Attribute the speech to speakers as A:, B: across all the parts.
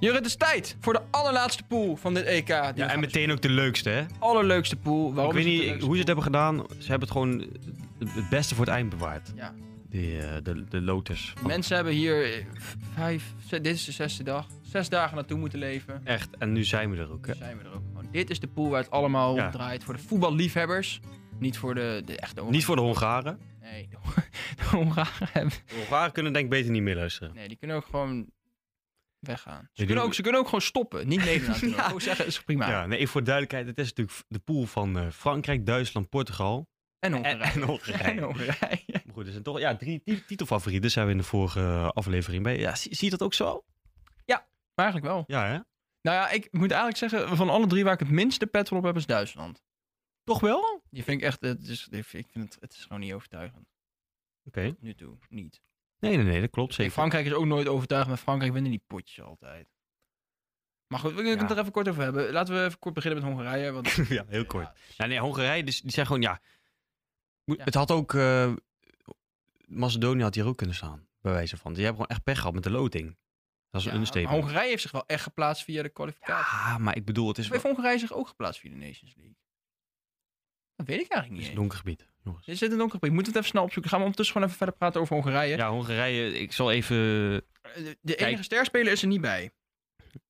A: Jurre, het is tijd voor de allerlaatste pool van dit EK. Die we
B: Ja,
A: gaan
B: en meteen ook de leukste, hè?
A: bespreken. allerleukste pool. Waarom is
B: ik weet
A: het de
B: niet
A: leukste
B: hoe ze het
A: pool?
B: hebben gedaan. Ze hebben het gewoon het het beste voor het eind bewaard.
A: Ja.
B: Die, eh, de, de loters. van-
A: Mensen hebben hier eh, vijf, ze- dit is de zesde dag, zes dagen naartoe moeten leven.
B: Echt, en nu zijn we er ook. Hè?
A: Dus zijn we er ook gewoon. Dit is de pool waar het allemaal
B: Ja.
A: om draait voor de voetballiefhebbers. Niet voor de, de echte Hongaren.
B: Niet voor de Hongaren.
A: Nee, de, Hon- de Hongaren hebben...
B: De Hongaren kunnen denk ik beter niet meer luisteren.
A: Nee, die kunnen ook gewoon weggaan. Ze,
B: Die
A: kunnen
B: doen-
A: ook, ze kunnen ook gewoon stoppen. Niet meedoen aan het toernooi. Gewoon zeggen, is prima.
B: Ja, nee, voor de duidelijkheid, het is natuurlijk de pool van eh, Frankrijk, Duitsland, Portugal
A: En
B: en,
A: Hongarije. En
B: en Hongarije.
A: Hongarije.
B: Maar goed, er zijn toch ja, drie ti- titelfavorieten, zijn we in de vorige aflevering bij. Ja, zie, zie je dat ook zo?
A: Maar eigenlijk wel.
B: Ja, hè?
A: Nou ja, ik moet eigenlijk zeggen, van alle drie waar ik het minste pet van op heb, is Duitsland.
B: Toch wel? Oké.
A: Die vind ik echt, het is, ik vind het, het is gewoon niet overtuigend. Tot nu toe, niet.
B: Nee, nee, nee, dat klopt
A: Kijk,
B: zeker.
A: Frankrijk is ook nooit overtuigend, maar Frankrijk winnen die potjes altijd. Maar goed, we kunnen het
B: Ja.
A: er even kort over hebben. Laten we even kort beginnen met Hongarije. Want,
B: ja, heel kort.
A: Ja,
B: Ja, nee, Hongarije, dus, die zijn gewoon, ja... Moet-
A: Ja.
B: Het had ook... eh, Macedonië had hier ook kunnen staan, bij wijze van. Die hebben gewoon echt pech gehad met de loting. Dat is
A: ja,
B: een
A: maar
B: understatement.
A: Hongarije heeft zich wel echt geplaatst via de kwalificatie.
B: Ja, maar ik bedoel, het is
A: Dus
B: wel
A: heeft Hongarije zich ook geplaatst via de Nations League? Dat weet ik
B: het
A: eigenlijk
B: is
A: niet.
B: een
A: eens.
B: donker gebied, jongens.
A: Dit zit een donker punt. Moeten we het even snel opzoeken. Gaan we ondertussen gewoon even verder praten over Hongarije. Eh,
B: Ja, Hongarije, ik zal even...
A: De- De
B: Kijk.
A: enige sterspeler is er niet bij.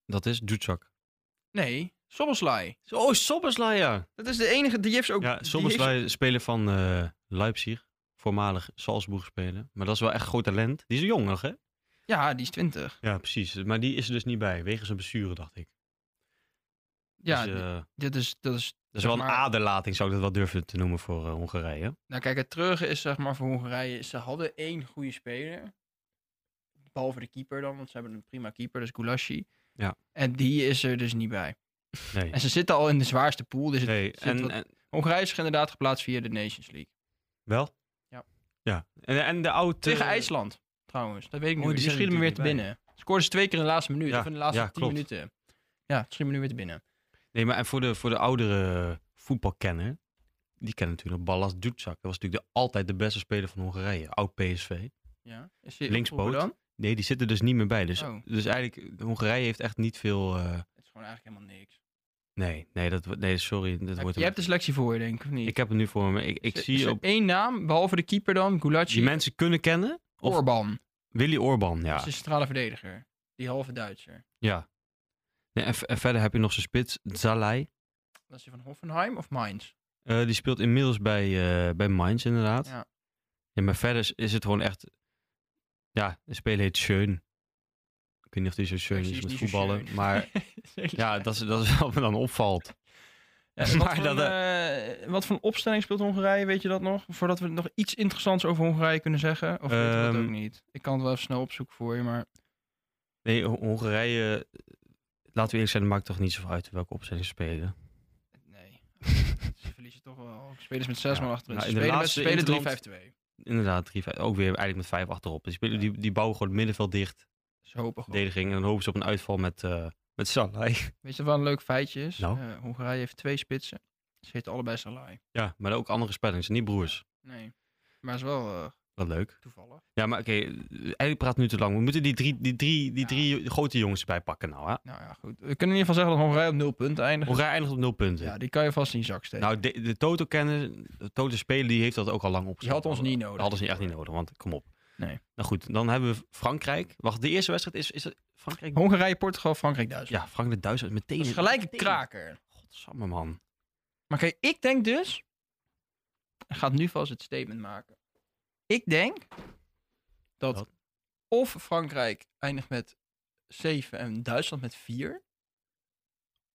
B: Dat is Djutsak.
A: Nee, Soboslai.
B: Oh, Soboslai, ja.
A: Dat is de enige, die heeft ze ook...
B: Ja,
A: die heeft
B: Soboslai, speler van eh, Leipzig. Voormalig Salzburg spelen. Maar dat is wel echt groot talent. Die is jong nog, hè?
A: ze- ja, die is 20.
B: Ja, precies. Maar die is er dus niet bij, wegens een blessure, dacht ik.
A: Ja,
B: Dus,
A: d-
B: eh,
A: dit is, dat is...
B: dat is wel
A: zeg
B: een
A: maar-
B: aderlating, zou ik dat wel durven te noemen voor eh, Hongarije.
A: Nou kijk, het treurige is zeg maar voor Hongarije, is ze hadden één goede speler. Behalve de keeper dan, want ze hebben een prima keeper, dus Gulashi.
B: Ja.
A: En die is er dus niet bij.
B: Nee.
A: En ze zitten al in de zwaarste pool, dus het-
B: nee.
A: zit
B: En,
A: wat-
B: en-
A: Hongarije is zich inderdaad geplaatst via de Nations League.
B: wel?
A: Ja.
B: Ja. En, en de oude...
A: Tegen IJsland, trouwens. Dat weet ik
B: Oh,
A: niet. meer.
B: die
A: Die
B: zijn er
A: schieten me weer te
B: natuurlijk
A: binnen. Scoorden ze twee keer in de laatste minuut,
B: Ja,
A: of in de laatste
B: ja,
A: tien
B: klopt.
A: minuten. Ja, schieten me nu weer te binnen.
B: Nee, maar en voor de, voor de oudere voetbalkenner, die kennen natuurlijk nog Ballas Djutsak. Dat was natuurlijk de, altijd de beste speler van Hongarije. Oud PSV.
A: Ja. Is die
B: Linkspoot.
A: opgeroepen dan?
B: Nee, die zitten dus niet meer bij. Dus,
A: Oh.
B: dus eigenlijk, Hongarije heeft echt niet veel... eh,
A: Het is gewoon eigenlijk helemaal niks.
B: nee, nee, dat, wo- nee, sorry. Dat wordt
A: je hebt dus- de selectie voor je, denk ik, of niet?
B: Ik heb het nu voor me. Ik, ik
A: Is er- is
B: zie
A: er
B: op,
A: één naam, behalve de keeper dan,
B: die
A: Gulaci,
B: mensen kunnen kennen. of-
A: Orban.
B: Willy Orban, ja.
A: Dat is de centrale verdediger. Die halve Duitser.
B: ja. Nee, en, v- en verder heb je nog zijn spits, Zalai.
A: Dat is die van Hoffenheim of Mainz?
B: Eh, die speelt inmiddels bij, eh, bij Mainz, inderdaad.
A: Ja.
B: Ja. maar verder is, is het gewoon echt... Ja, de speler heet Schön. Ik weet niet of die zo schön
A: Ik zie
B: is
A: het
B: met
A: niet zo
B: voetballen.
A: schön.
B: Maar ja, dat is, dat is wat me dan opvalt.
A: Ja, en
B: maar
A: wat,
B: dat,
A: voor, een, eh, wat voor een opstelling speelt Hongarije, weet je dat nog? Voordat we nog iets interessants over Hongarije kunnen zeggen? Of weten we dat ook
B: Ehm,
A: niet? Ik kan het wel even snel opzoeken voor je, maar...
B: Nee, Hon- Hongarije... eh, Laten we eerlijk zijn, het maakt toch niet zoveel uit welke opstelling ze spelen.
A: Nee. Ze verliezen toch wel. Spelers met zes
B: Ja.
A: man achterin. Ze
B: Nou, in de
A: spelen, met,
B: laatste
A: ze spelen
B: interland-
A: 3-5-2.
B: Inderdaad, drie, vijf- ook weer eigenlijk met vijf achterop. Die, spelen,
A: Ja.
B: die, die bouwen gewoon het middenveld dicht,
A: Ze hopen gewoon.
B: verdediging. En dan hopen ze op een uitval met, eh met Salai.
A: Weet je wat wel een leuk feitje is?
B: Nou?
A: Eh, Hongarije heeft twee spitsen. Ze heten allebei Salai.
B: Ja, maar ook andere spelers, niet broers.
A: Nee. Maar is wel eh,
B: Wat leuk.
A: toevallig.
B: Ja, maar oké, eigenlijk praat nu te lang. We moeten die drie, die drie, die
A: Ja.
B: drie grote jongens bij pakken nou, hè?
A: Nou ja, goed. We kunnen in ieder geval zeggen dat Hongarije op nul punten eindigt.
B: Hongarije eindigt op nul punten.
A: Ja, die kan je vast in je zak steken.
B: nou, de, de toto kennen, de toto speler die heeft dat ook al lang
A: die
B: opgesteld.
A: had ons niet nodig.
B: Dat hadden ze echt niet nodig, want kom op.
A: Nee.
B: Nou goed, dan hebben we Frankrijk. Wacht, de eerste wedstrijd is, is het Frankrijk?
A: Hongarije, Portugal, Frankrijk, Duitsland.
B: Ja, Frankrijk Duitsland is meteen.
A: dat is
B: in-
A: gelijk een
B: meteen.
A: kraker.
B: Godsamme man.
A: Maar kijk, ik denk dus... Ik ga het nu vast het statement maken. Ik denk dat
B: Wat?
A: of Frankrijk eindigt met 7 en Duitsland met 4.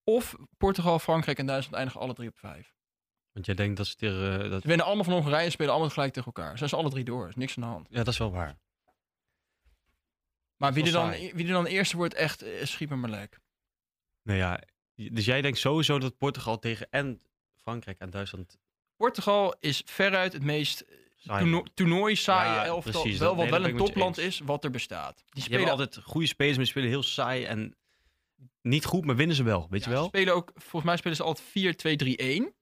A: Of Portugal, Frankrijk en Duitsland eindigen alle drie op 5.
B: Want jij denkt dat ze tegen... eh, dat...
A: Ze winnen allemaal van Hongarije en spelen allemaal gelijk tegen elkaar. Zijn ze alle drie door. is niks aan de hand.
B: Ja, dat is wel waar.
A: Maar wie er
B: Wel
A: dan,
B: saai.
A: wie er dan eerste wordt, echt eh, schiet me maar lek.
B: Nou ja, dus jij denkt sowieso dat Portugal tegen en Frankrijk en Duitsland...
A: Portugal is veruit het meest
B: saai
A: toerno-
B: wordt.
A: toernooi saaie
B: Ja,
A: elftal.
B: precies,
A: wel
B: dat-
A: wat
B: nee, dat
A: wel een
B: ben ik met je
A: topland
B: eens.
A: is wat er bestaat. Die
B: Die hebben
A: spelen,
B: altijd goede spelers, maar die spelen heel saai en niet goed, maar winnen ze wel, weet
A: ja,
B: je
A: ze Mhm.
B: wel?
A: spelen ook, volgens mij spelen ze altijd 4-2-3-1.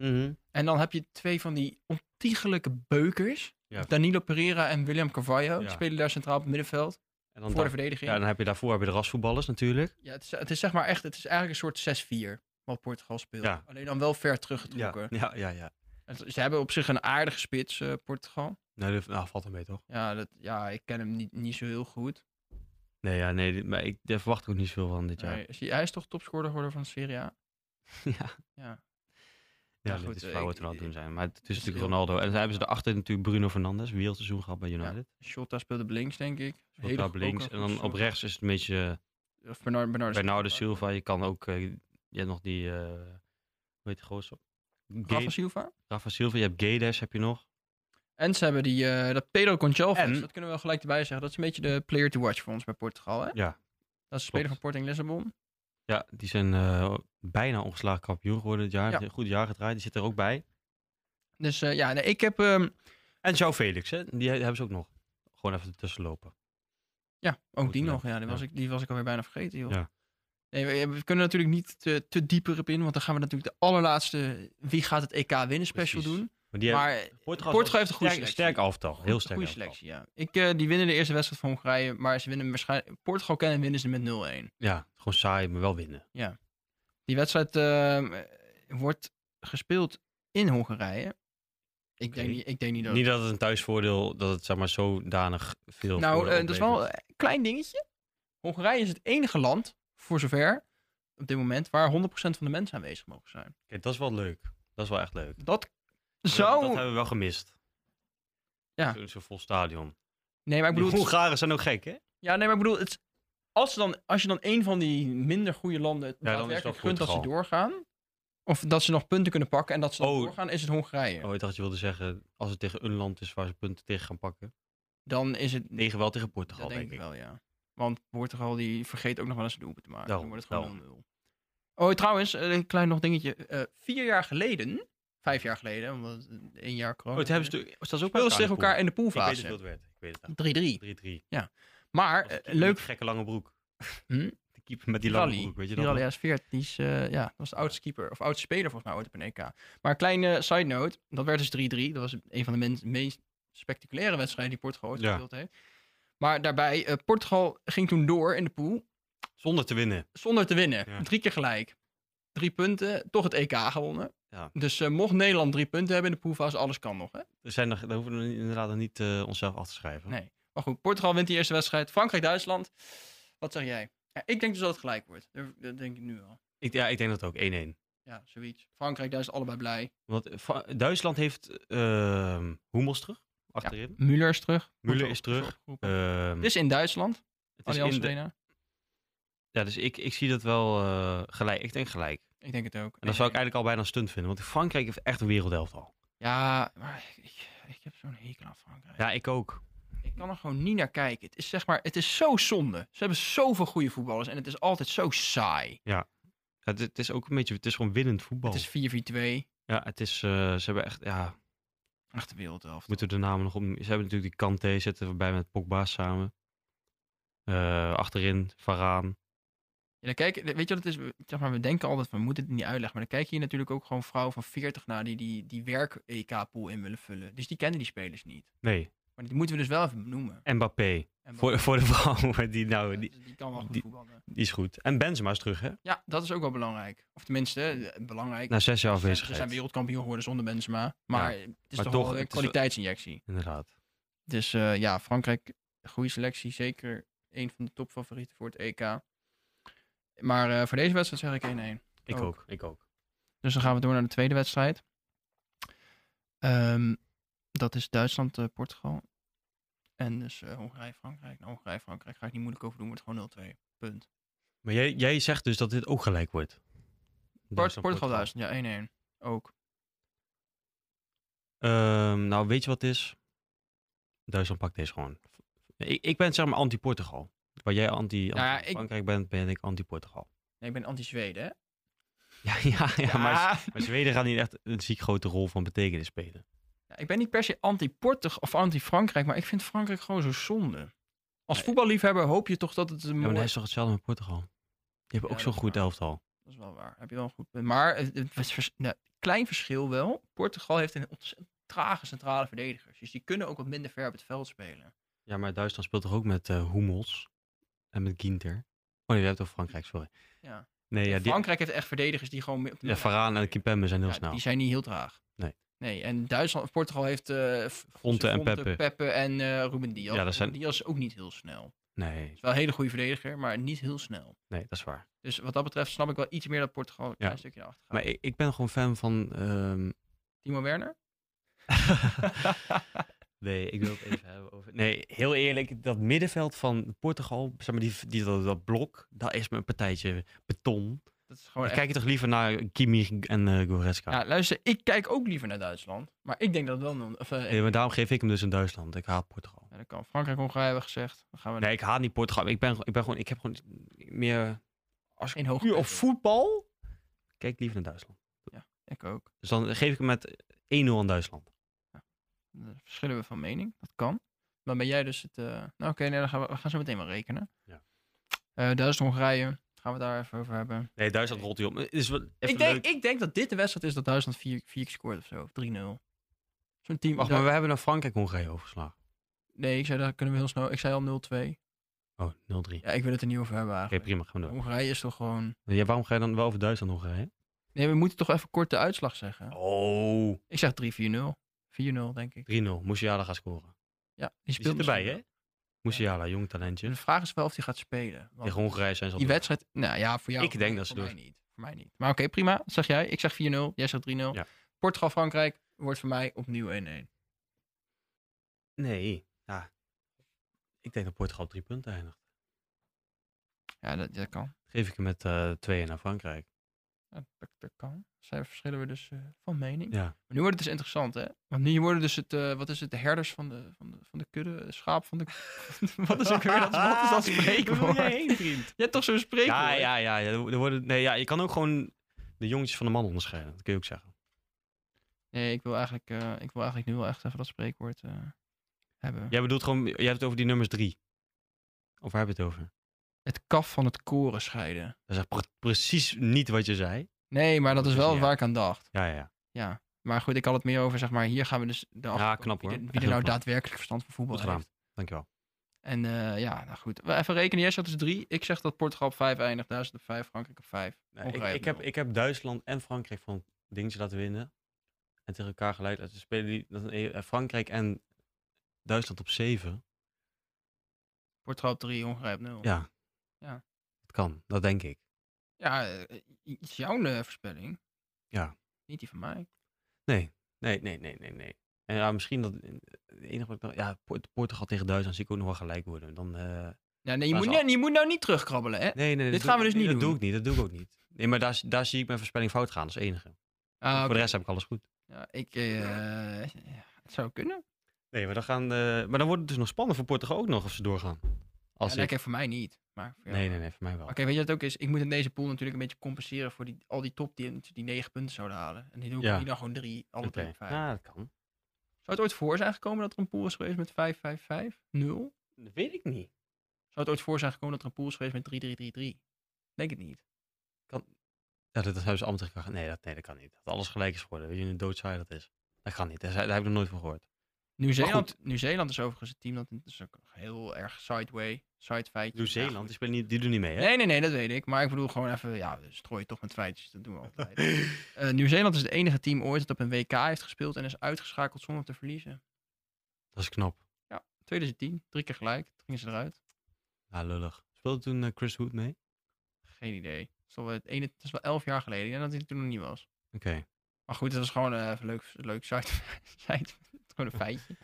A: En dan heb je twee van die ontiegelijke beukers.
B: Ja.
A: Danilo Pereira en William Carvalho. Die
B: Ja.
A: spelen daar centraal op het middenveld.
B: En dan,
A: voor de
B: daar-
A: verdediging.
B: ja,
A: Ja,
B: dan heb je daarvoor heb je de rasvoetballers natuurlijk.
A: het, is, het is zeg maar echt, het is eigenlijk een soort 6-4 wat Portugal speelt.
B: Ja.
A: Alleen dan wel ver teruggetrokken.
B: ja, ja. ja.
A: Het- Ze hebben op zich een aardige spits, eh, Portugal.
B: Nee, dat, nou, valt er mee toch?
A: Ja, dat, ja, ik ken hem niet, niet zo heel goed.
B: Nee, ja, nee, dit- maar ik daar verwacht ik ook niet veel van dit jaar.
A: Nee, is hij, hij is toch topscorer geworden van Serie A?
B: ja,
A: Ja.
B: ja,
A: goed,
B: dit is
A: eh,
B: flauw
A: ik-
B: wat we aan het doen zijn. Maar het is
A: is
B: natuurlijk
A: heel-
B: Ronaldo. En dan hebben ze daarachter natuurlijk Bruno Fernandes, wereldseizoen gehad bij United.
A: Shota speelde op links, denk ik.
B: Wordt daar op
A: goede-
B: links.
A: ook
B: En
A: een
B: dan
A: goede
B: op rechts is het een beetje eh,
A: soort- Of Bernard, Bernard
B: Bernardo Silva. Je kan ook, eh, je hebt nog die, eh hoe heet die gozer?
A: Rafa
B: Gay-
A: Silva.
B: Rafa Silva, je hebt Gaydes heb je nog.
A: En ze hebben die, eh, dat Pedro Gonçalves.
B: En-
A: Dat kunnen we wel gelijk erbij zeggen. Dat is een beetje de player to watch voor ons bij Portugal. Hè?
B: Ja,
A: Dat is de speler van Porting Lissabon.
B: ja die zijn eh, bijna ongeslagen kampioen geworden dit jaar.
A: Ja.
B: Een Goed jaar gedraaid, die zit er ook bij.
A: Dus eh, ja, nee, ik heb... ehm,
B: En João Felix, hè? die hebben ze ook nog. Gewoon even ertussen lopen.
A: ja, ook
B: Goed
A: die
B: gedaan.
A: nog. Ja, die, was
B: Ja.
A: ik, die was ik alweer bijna vergeten, joh.
B: Ja.
A: Nee, we, we kunnen natuurlijk niet te, te dieper op in. Want dan gaan we natuurlijk de allerlaatste Wie gaat het EK winnen special
B: Precies.
A: doen.
B: Maar die
A: maar
B: Portugal,
A: Portugal heeft een goede
B: sterk,
A: selectie.
B: sterk elftal, heel sterk
A: goede
B: elftal.
A: selectie, ja. Ik, eh, die winnen de eerste wedstrijd van Hongarije. Maar ze winnen waarschijnlijk... Portugal kennen winnen ze met 0-1.
B: Ja, gewoon saai, maar wel winnen.
A: Die wedstrijd ehm, wordt gespeeld in Hongarije. Ik,
B: Oké.
A: denk, niet- ik denk niet dat...
B: Niet dat het een thuisvoordeel, dat het zeg maar zodanig veel
A: nou,
B: voordeel
A: eh, dat is wel
B: oplevert.
A: een klein dingetje. Hongarije is het enige land, voor zover, op dit moment, waar 100% van de mensen aanwezig mogen zijn.
B: Kijk, dat is wel leuk. Dat is wel echt leuk.
A: Dat
B: Dat,
A: zou...
B: dat hebben we wel gemist.
A: Ja.
B: Zo'n zo'n vol stadion.
A: nee, maar ik
B: Die
A: bedoel... het-
B: Hongaren zijn ook gek, hè?
A: Ja, nee, maar ik bedoel... Het, is- als, ze dan, als je dan een van die minder goede landen
B: dan is het
A: daadwerkelijk
B: wel
A: gunt dat ze
B: Portugal.
A: doorgaan... Of dat ze nog punten kunnen pakken en dat ze dan
B: Oh.
A: doorgaan, is het Hongarije.
B: Oh, ik dacht dat je wilde zeggen, als het tegen een land is waar ze punten tegen gaan pakken.
A: Dan is het...
B: Tegen wel tegen Portugal,
A: Dat denk
B: denk
A: ik
B: ik.
A: wel, ja. Want Portugal die vergeet ook nog wel eens een doelpunt te maken.
B: Daarom,
A: dan wordt het gewoon 0-0. Oh, trouwens, eh, een klein nog dingetje. Eh, vier jaar geleden, vijf jaar geleden, omdat het één jaar corona...
B: Oh, het hebben ze natuurlijk... oh, staan ze ook bij
A: speelden ze tegen elkaar in de
B: Ik weet het
A: poolfase.
B: wat het werd. Ik weet het
A: 3-3.
B: nou. 3-3.
A: Maar,
B: Als
A: eh,
B: de keeper met
A: leuk...
B: die gekke lange broek.
A: Hm?
B: De keeper met die lange
A: Rally.
B: broek, weet je dat?
A: Rally
B: nog?
A: S4, die is, eh, ja, dat was de oudste keeper, of oudste speler volgens mij ooit op een EK. Maar een kleine side note, dat werd dus 3-3. Dat was een van de men- meest spectaculaire wedstrijden die Portugal ooit
B: Ja.
A: gespeeld heeft. Maar daarbij, eh, Portugal ging toen door in de pool.
B: Zonder te winnen.
A: zonder te winnen.
B: Ja.
A: Drie keer gelijk. Drie punten, toch het EK gewonnen.
B: Ja.
A: Dus eh, mocht Nederland drie punten hebben in de poolfase, alles kan nog. Hè?
B: Er zijn nog, daar hoeven we inderdaad nog niet eh, onszelf af te schrijven.
A: Nee. Maar goed, Portugal wint die eerste wedstrijd. Frankrijk, Duitsland. Wat zeg jij? Ja, ik denk dus dat het gelijk wordt. Dat dat denk ik nu al.
B: Ik, ja, ik denk dat ook. 1-1.
A: Ja, zoiets. Frankrijk, Duitsland, allebei blij.
B: Want eh, Fra- Duitsland heeft ehm Hummels terug, achterin.
A: Müller is terug.
B: Müller
A: Wordt
B: is
A: op-
B: terug.
A: wordt opgeroepen.
B: Ehm,
A: Het is in Duitsland,
B: het is
A: Allianz
B: in de-
A: Arena.
B: ja, dus ik, ik zie dat wel eh, gelijk. Ik denk gelijk.
A: Ik denk het ook.
B: En dat zou ik eigenlijk al bijna een stunt vinden. Want Frankrijk heeft echt een wereldelftal.
A: Ja, maar ik, ik, ik heb zo'n hekel aan Frankrijk.
B: Ja, ik ook.
A: Ik kan er gewoon niet naar kijken. Het is zeg maar, het is zo zonde. Ze hebben zoveel goede voetballers en het is altijd zo saai.
B: Het, het is ook een beetje, het is gewoon winnend voetbal.
A: Het is 4-4-2.
B: Ja, het is, eh, ze hebben echt, ja,
A: Echt de wereldelft.
B: moeten we de namen nog om. Ze hebben natuurlijk die Kanté zitten we bij met Pogba samen. Eh, achterin, Varaan.
A: Ja, dan kijk, weet je wat het is? We- Zeg maar, we denken altijd, van, we moeten het niet uitleggen. Maar dan kijk je hier natuurlijk ook gewoon vrouwen van 40 naar die, die, die werk-EK-pool in willen vullen. Dus die kennen die spelers niet.
B: Nee,
A: Maar die moeten we dus wel even benoemen.
B: Mbappé.
A: En
B: Voor, voor de vrouwen, die,
A: ja,
B: nou,
A: dus
B: die,
A: die, kan wel goed
B: die-
A: voetballen.
B: die is goed. En Benzema is terug, hè?
A: Ja, dat is ook wel belangrijk. Of tenminste, eh, belangrijk.
B: Na zes jaar
A: Ze zijn- ze
B: Nou, afwezigheid.
A: zijn wereldkampioen geworden zonder Benzema. Maar het is toch,
B: toch,
A: wel een
B: het is wel-
A: kwaliteitsinjectie.
B: Inderdaad.
A: Dus eh, ja, Frankrijk, goede selectie. Zeker een van de topfavorieten voor het EK. Maar eh, voor deze wedstrijd zeg ik 1-1.
B: Ik
A: Ook.
B: ook. ik ook.
A: Dus dan gaan we door naar de tweede wedstrijd. Ehm, dat is Duitsland-Portugal. en dus eh, Hongarije-Frankrijk. Nou, Hongarije-Frankrijk ga ik niet moeilijk over doen, wordt gewoon 0-2. Punt.
B: Maar jij, jij zegt dus dat dit ook gelijk wordt. Duitsland,
A: Portugal-Duitsland, ja, 1-1. Ook.
B: Ehm, nou, weet je wat het is? Duitsland pakt deze gewoon. Ik, ik ben zeg maar anti-Portugal. Waar jij anti-
A: Nou ja, ik-
B: anti-Frankrijk bent, ben ik anti-Portugal.
A: Nee, ik ben anti-Zweden, hè?
B: Ja, ja, ja, Maar, maar Zweden gaat niet echt een ziek grote rol van betekenis spelen.
A: Ja, ik ben niet per se anti-Portugal of anti-Frankrijk, maar ik vind Frankrijk gewoon zo zonde. Als
B: Nee.
A: voetballiefhebber hoop je toch dat het een
B: Ja, maar
A: mooi-
B: dat is toch hetzelfde met Portugal? Die
A: Ja,
B: hebben ook
A: dat
B: zo'n
A: is
B: goed
A: waar.
B: elftal.
A: Dat is wel waar. Heb je wel een goed punt. Maar eh, het was vers- nou, klein verschil wel. Portugal heeft een ontzettend trage centrale verdedigers. Dus die kunnen ook wat minder ver op het veld spelen.
B: Ja, maar Duitsland speelt toch ook met eh Hummels en met Ginter? Oh nee, jij hebt het over Frankrijk, sorry.
A: Ja.
B: Nee, ja, die,
A: Frankrijk heeft echt verdedigers die gewoon...
B: ja, Varane en Kimpembe zijn heel
A: Ja,
B: snel.
A: Die zijn niet heel traag.
B: Nee.
A: Nee, en Duitsland, Portugal heeft eh F-
B: Fonte en Pepe.
A: en eh Ruben Dias.
B: Ja,
A: Ja,
B: dat zijn-
A: Dias is ook niet heel snel.
B: Nee,
A: Is wel een hele goede verdediger, maar niet heel snel.
B: nee, dat is waar.
A: Dus wat dat betreft snap ik wel iets meer dat Portugal een klein stukje naar achter gaat.
B: Maar ik, ik ben gewoon fan van... ehm,
A: Timo Werner?
B: nee, ik wil het even hebben over... Nee, heel eerlijk, dat middenveld van Portugal, zeg maar, die, die, dat, dat blok, dat is mijn partijtje beton.
A: Dat is gewoon echt...
B: Dan kijk je toch liever naar Kimi en eh Goretzka?
A: Ja, luister, ik kijk ook liever naar Duitsland. Maar ik denk dat wel... een- Of, eh,
B: Nee, maar daarom geef ik hem dus in Duitsland. Ik haat Portugal.
A: ja, dat kan Frankrijk, Hongarije hebben gezegd. Dan gaan we
B: Nee, ik haat niet Portugal. maar Ik ben, ik ben gewoon, ik heb gewoon meer. Als
A: in hoog.
B: puur op voetbal. Kijk liever naar Duitsland.
A: Ik ook.
B: Dus dan geef ik hem met 1-0 aan Duitsland.
A: Daar verschillen we van mening. Dat kan. Maar ben jij dus het... eh, Nou oké, nee, dan gaan we, we gaan zo meteen wel rekenen.
B: Ja.
A: Eh, Duitsland-Hongarije. Gaan we het daar even over hebben.
B: Nee, Duitsland rolt hij op. Het is wel even
A: ik, denk,
B: leuk.
A: ik denk dat dit de wedstrijd is dat Duitsland 4 vier, keer scoort of zo. Of 3-0. Zo'n team.
B: Wacht, maar we hebben naar Frankrijk Hongarije overgeslagen.
A: Nee, ik zei dat kunnen we heel snel. Ik zei al 0-2.
B: Oh, 0-3. Oké,
A: Ja, ik wil het er niet over hebben eigenlijk.
B: prima, gaan we door.
A: Hongarije is toch gewoon...
B: Ja, waarom ga je dan wel over Duitsland Hongarije?
A: Nee, we moeten toch even kort de uitslag zeggen.
B: Oh, 3-0.
A: Ik zeg 3-4-0. 4-0 denk ik.
B: Moesiala gaat scoren.
A: Ja, die
B: Die zit
A: speelt
B: erbij,
A: misschien
B: hè? Moesiala, jong talentje.
A: wel. De vraag is wel of hij gaat spelen. Want
B: Tegen Hongarije zijn ze al
A: die
B: door.
A: wedstrijd... Nou ja, voor jou.
B: Ik denk
A: voor
B: dat ze
A: mij
B: door-
A: niet. Voor mij niet. Maar oké, prima. Dat zeg jij. Ik zeg 4-0. Jij zegt 3-0.
B: Ja.
A: Portugal-Frankrijk wordt voor mij opnieuw 1-1.
B: Nee, ja. Ik denk dat Portugal op drie punten eindigt.
A: Ja, dat, dat kan.
B: Geef ik hem met eh 2 naar Frankrijk.
A: Ja, dat, dat kan. Zij verschillen we dus eh, van mening.
B: Ja.
A: Maar nu wordt het dus interessant, hè? Want nu worden dus het, eh, wat is het, de herders van de, van de, van de kudde, eh, schaap van de... wat is ook weer dat, wat is dat
B: Waar wil jij
A: spreekwoord?
B: heen, vriend?
A: Je hebt toch zo'n spreekwoord?
B: Ja, ja, ja. ja. Er worden, nee, ja. Je kan ook gewoon de jongetjes van de man onderscheiden. Dat kun je ook zeggen.
A: Nee, ik wil eigenlijk, eh, ik wil eigenlijk nu wel echt even dat spreekwoord eh, hebben.
B: Jij bedoelt gewoon, jij hebt het over die nummers drie. Of waar heb je het over?
A: Het kaf van het koren scheiden.
B: Dat is echt pre- precies niet wat je zei.
A: Nee, maar dat is
B: Dus
A: wel
B: ja.
A: waar ik aan dacht.
B: Ja, ja, ja.
A: Ja. Maar goed, ik had het meer over, zeg maar, hier gaan we dus... erachter
B: Ja,
A: komen
B: knap,
A: wie
B: hoor.
A: er- Wie,
B: Echt
A: er
B: heel
A: nou
B: knap.
A: daadwerkelijk verstand van voetbal
B: Goed gedaan.
A: heeft.
B: Dankjewel.
A: En eh, ja, nou goed. We- Even rekenen. Jij zegt dus drie. Ik zeg dat Portugal op vijf eindigt. Duitsland op vijf, Frankrijk op vijf.
B: ik,
A: Hongarije op
B: ik, heb,
A: nul.
B: ik heb Duitsland en Frankrijk van dingetje laten winnen. En tegen elkaar geleid laten spelen. Die, dat- eh, Frankrijk en Duitsland op zeven.
A: Portugal op 3, Hongarije op 0.
B: Ja.
A: Ja.
B: Dat kan. Dat denk ik.
A: het is jouw eh, voorspelling.
B: Ja.
A: Niet die van mij.
B: Nee, nee, nee, nee, nee. En ja, misschien dat eh, het enige wat ik nog- ja, Port- Portugal tegen Duitsland zie ik ook nog wel gelijk worden. Dan, eh,
A: Ja, nee, je,
B: Maar
A: moet,
B: zo-
A: nou- je moet nou niet terugkrabbelen, hè?
B: nee, nee, dat
A: Dit
B: doe-
A: gaan we dus
B: nee,
A: niet
B: dat
A: doen.
B: doe ik niet, dat doe ik ook niet. Nee, maar daar, s- daar zie ik mijn voorspelling fout gaan, als enige.
A: Ah,
B: Voor
A: oké.
B: de rest heb ik alles goed.
A: ja, ik, eh, ja, het zou kunnen.
B: Nee, maar dan, gaan, eh, maar dan wordt het dus nog spannend voor Portugal ook nog of ze doorgaan. Als
A: Ja,
B: ik,
A: lekker voor mij niet. Maar voor jou
B: Nee,
A: wel.
B: nee, nee, voor mij wel.
A: Oké, weet je wat het ook is? Ik moet in deze pool natuurlijk een beetje compenseren voor die, al die topteams die 9 punten zouden halen. En die doe ik
B: Ja.
A: die dan gewoon 3, alle
B: Oké.
A: drie
B: Nou,
A: op vijf.
B: Ja, dat kan.
A: Zou het ooit voor zijn gekomen dat er een pool is geweest met 5, 5, 5, 0? Zou
B: Dat weet ik niet.
A: het ooit voor zijn gekomen dat er een pool is geweest met 3, 3, 3, 3? Denk het niet.
B: Ja, dat hebben ze allemaal tegen elkaar- Nee dat, nee, dat kan niet. Dat alles gelijk is geworden. Weet je hoe doodzaai dat is? Dat kan niet. Daar, daar heb ik nog nooit van gehoord.
A: Nieuw-Zeeland Nieuw-Zeeland is overigens het team dat dat is ook heel erg sideway, side feitjes.
B: Nieuw-Zeeland, die,
A: Ja,
B: spelen niet- die doen niet mee,
A: goed.
B: hè?
A: nee, nee, nee, dat weet ik. Maar ik bedoel gewoon even, ja, we strooien toch met feitjes. Dat doen we altijd. Eh, Nieuw-Zeeland is het enige team ooit dat op een WK heeft gespeeld en is uitgeschakeld zonder te verliezen.
B: Dat is knap.
A: 2010, drie keer gelijk, toen gingen ze eruit.
B: Ja, lullig. Speelde toen eh, Chris Wood mee?
A: Geen idee. Dat is, wel het ene, dat is wel elf jaar geleden en dat hij er toen nog niet was.
B: Oké.
A: Maar goed, dat was gewoon eh, even leuk, leuk side, side- gewoon een feitje.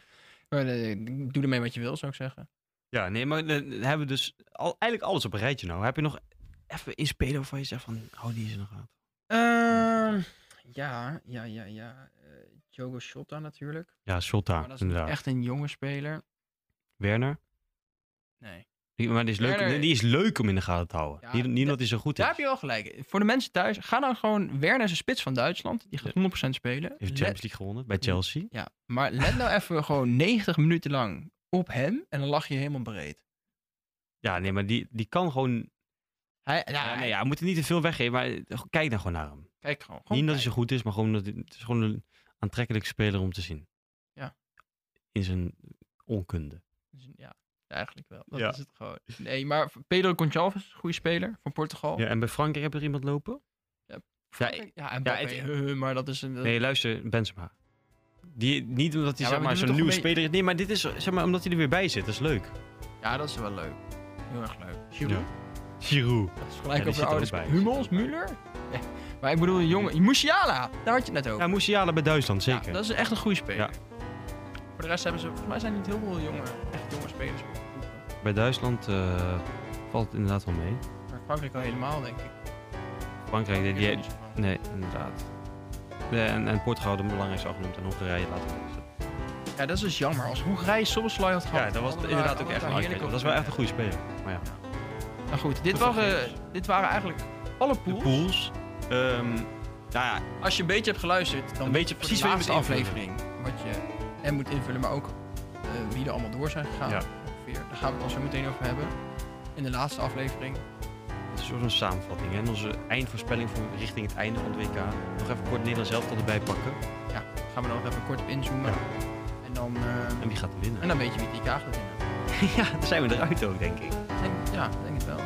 A: Maar eh, doe ermee wat je wil, zou ik zeggen.
B: Ja, nee, maar dan hebben we dus al, eigenlijk alles op een rijtje nou. Heb je nog even inspelen waarvan je zegt van, hou die eens in de gaten.
A: Ehm, ja, ja, ja, ja. Eh Diogo Shota natuurlijk.
B: Ja, Shota,
A: maar dat is niet
B: inderdaad.
A: echt een jonge speler.
B: Werner?
A: Nee.
B: Die, maar die is, leuk,
A: Werner-
B: die is leuk om in de gaten te houden.
A: Ja,
B: niet niet
A: dat-
B: omdat hij zo goed is.
A: Daar heb je wel gelijk. Voor de mensen thuis, ga dan gewoon Werner is een spits van Duitsland. Die gaat 100% spelen.
B: Heeft de
A: Let-
B: Champions League gewonnen bij Chelsea.
A: ja, maar let nou even gewoon 90 minuten lang op hem en dan lag je helemaal breed.
B: Ja, nee, maar die, die kan gewoon...
A: Hij, ja,
B: Ja, nee, ja, we moeten niet te veel weggeven, maar eh, kijk dan gewoon naar hem.
A: Kijk gewoon.
B: niet
A: gewoon
B: omdat hij zo goed is, maar gewoon dat hij- het is gewoon een aantrekkelijke speler om te zien.
A: Ja.
B: In zijn onkunde.
A: Dus ja, eigenlijk wel. Dat
B: Ja.
A: is het gewoon. Nee, maar Pedro Gonçalves, goede speler van Portugal.
B: Ja, en bij Frankrijk heb je er iemand lopen?
A: Ja,
B: Ja,
A: Frankrijk- ja, en Mbappé,
B: het-
A: huh, maar dat is een... dat-
B: nee, luister, Benzema. Die, niet omdat hij
A: Eh. Ja, maar
B: zeg
A: we
B: maar,
A: doen
B: zo'n
A: toch
B: nieuwe
A: een beetje-
B: speler is. Nee, maar dit is zeg maar, omdat hij er weer bij zit. Dat is leuk.
A: Ja, dat is wel leuk. Heel erg leuk. Giroud,
B: Giroud.
A: dat is gelijk
B: Ja, die
A: op
B: zit
A: de
B: er
A: ouders.
B: ook bij.
A: Hummels, Müller? Nee, maar ik bedoel, een jongen... Musiala, daar had je het net over.
B: Ja, Musiala bij Duitsland,
A: Ja,
B: zeker.
A: dat is echt een goede speler.
B: Ja.
A: Voor de rest hebben ze... Volgens mij zijn er niet heel veel jonge, echt jonge spelers. op de groep.
B: Bij Duitsland eh, valt het inderdaad wel mee.
A: Maar Frankrijk al helemaal, denk ik.
B: Frankrijk, die,
A: Is er
B: die,
A: niet zoveel.
B: Nee, inderdaad. Ja, en, en Portugal de belangrijkste al genoemd en Hongarije later.
A: Ja, dat is dus jammer. Als Hongarije Soboslai had gehad...
B: Ja, dat was
A: hadden we
B: inderdaad
A: daar-
B: ook echt een
A: hadden we daar
B: uitkijk.
A: heerlijk op
B: Dat is wel echt een
A: kunnen.
B: goede speler. Maar ja.
A: Maar Nou goed, dit
B: Te
A: waren,
B: vergeefs.
A: dit waren eigenlijk alle
B: De
A: pools.
B: pools. Ehm, nou ja,
A: Als je een beetje hebt geluisterd, dan
B: Een
A: weet je
B: beetje
A: precies
B: precies
A: de
B: waar je
A: laatste
B: moet
A: aflevering wat je en moet invullen, maar ook eh, wie er allemaal door zijn gegaan.
B: Ja.
A: Ongeveer. Daar gaan we het dan zo meteen over hebben. In de laatste aflevering.
B: het is een soort van samenvatting. Hè? En onze eindvoorspelling voor richting het einde van het WK. Nog even kort Nederland zelf tot erbij pakken.
A: Gaan we er nog even kort op inzoomen.
B: Ja.
A: En, dan, eh,
B: En wie gaat er
A: en
B: winnen?
A: dan weet je wie het IK gaat winnen.
B: ja, dan zijn we eruit ook, denk ik.
A: Ik Denk, ja, ik denk het wel.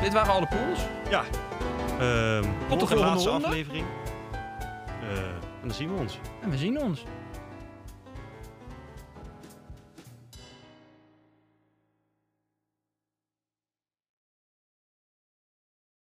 A: Dit waren alle pools.
B: Ehm,
A: de
B: tot de
A: volgende
B: laatste
A: ronde.
B: aflevering. Eh, en dan zien we ons.
A: En we zien ons.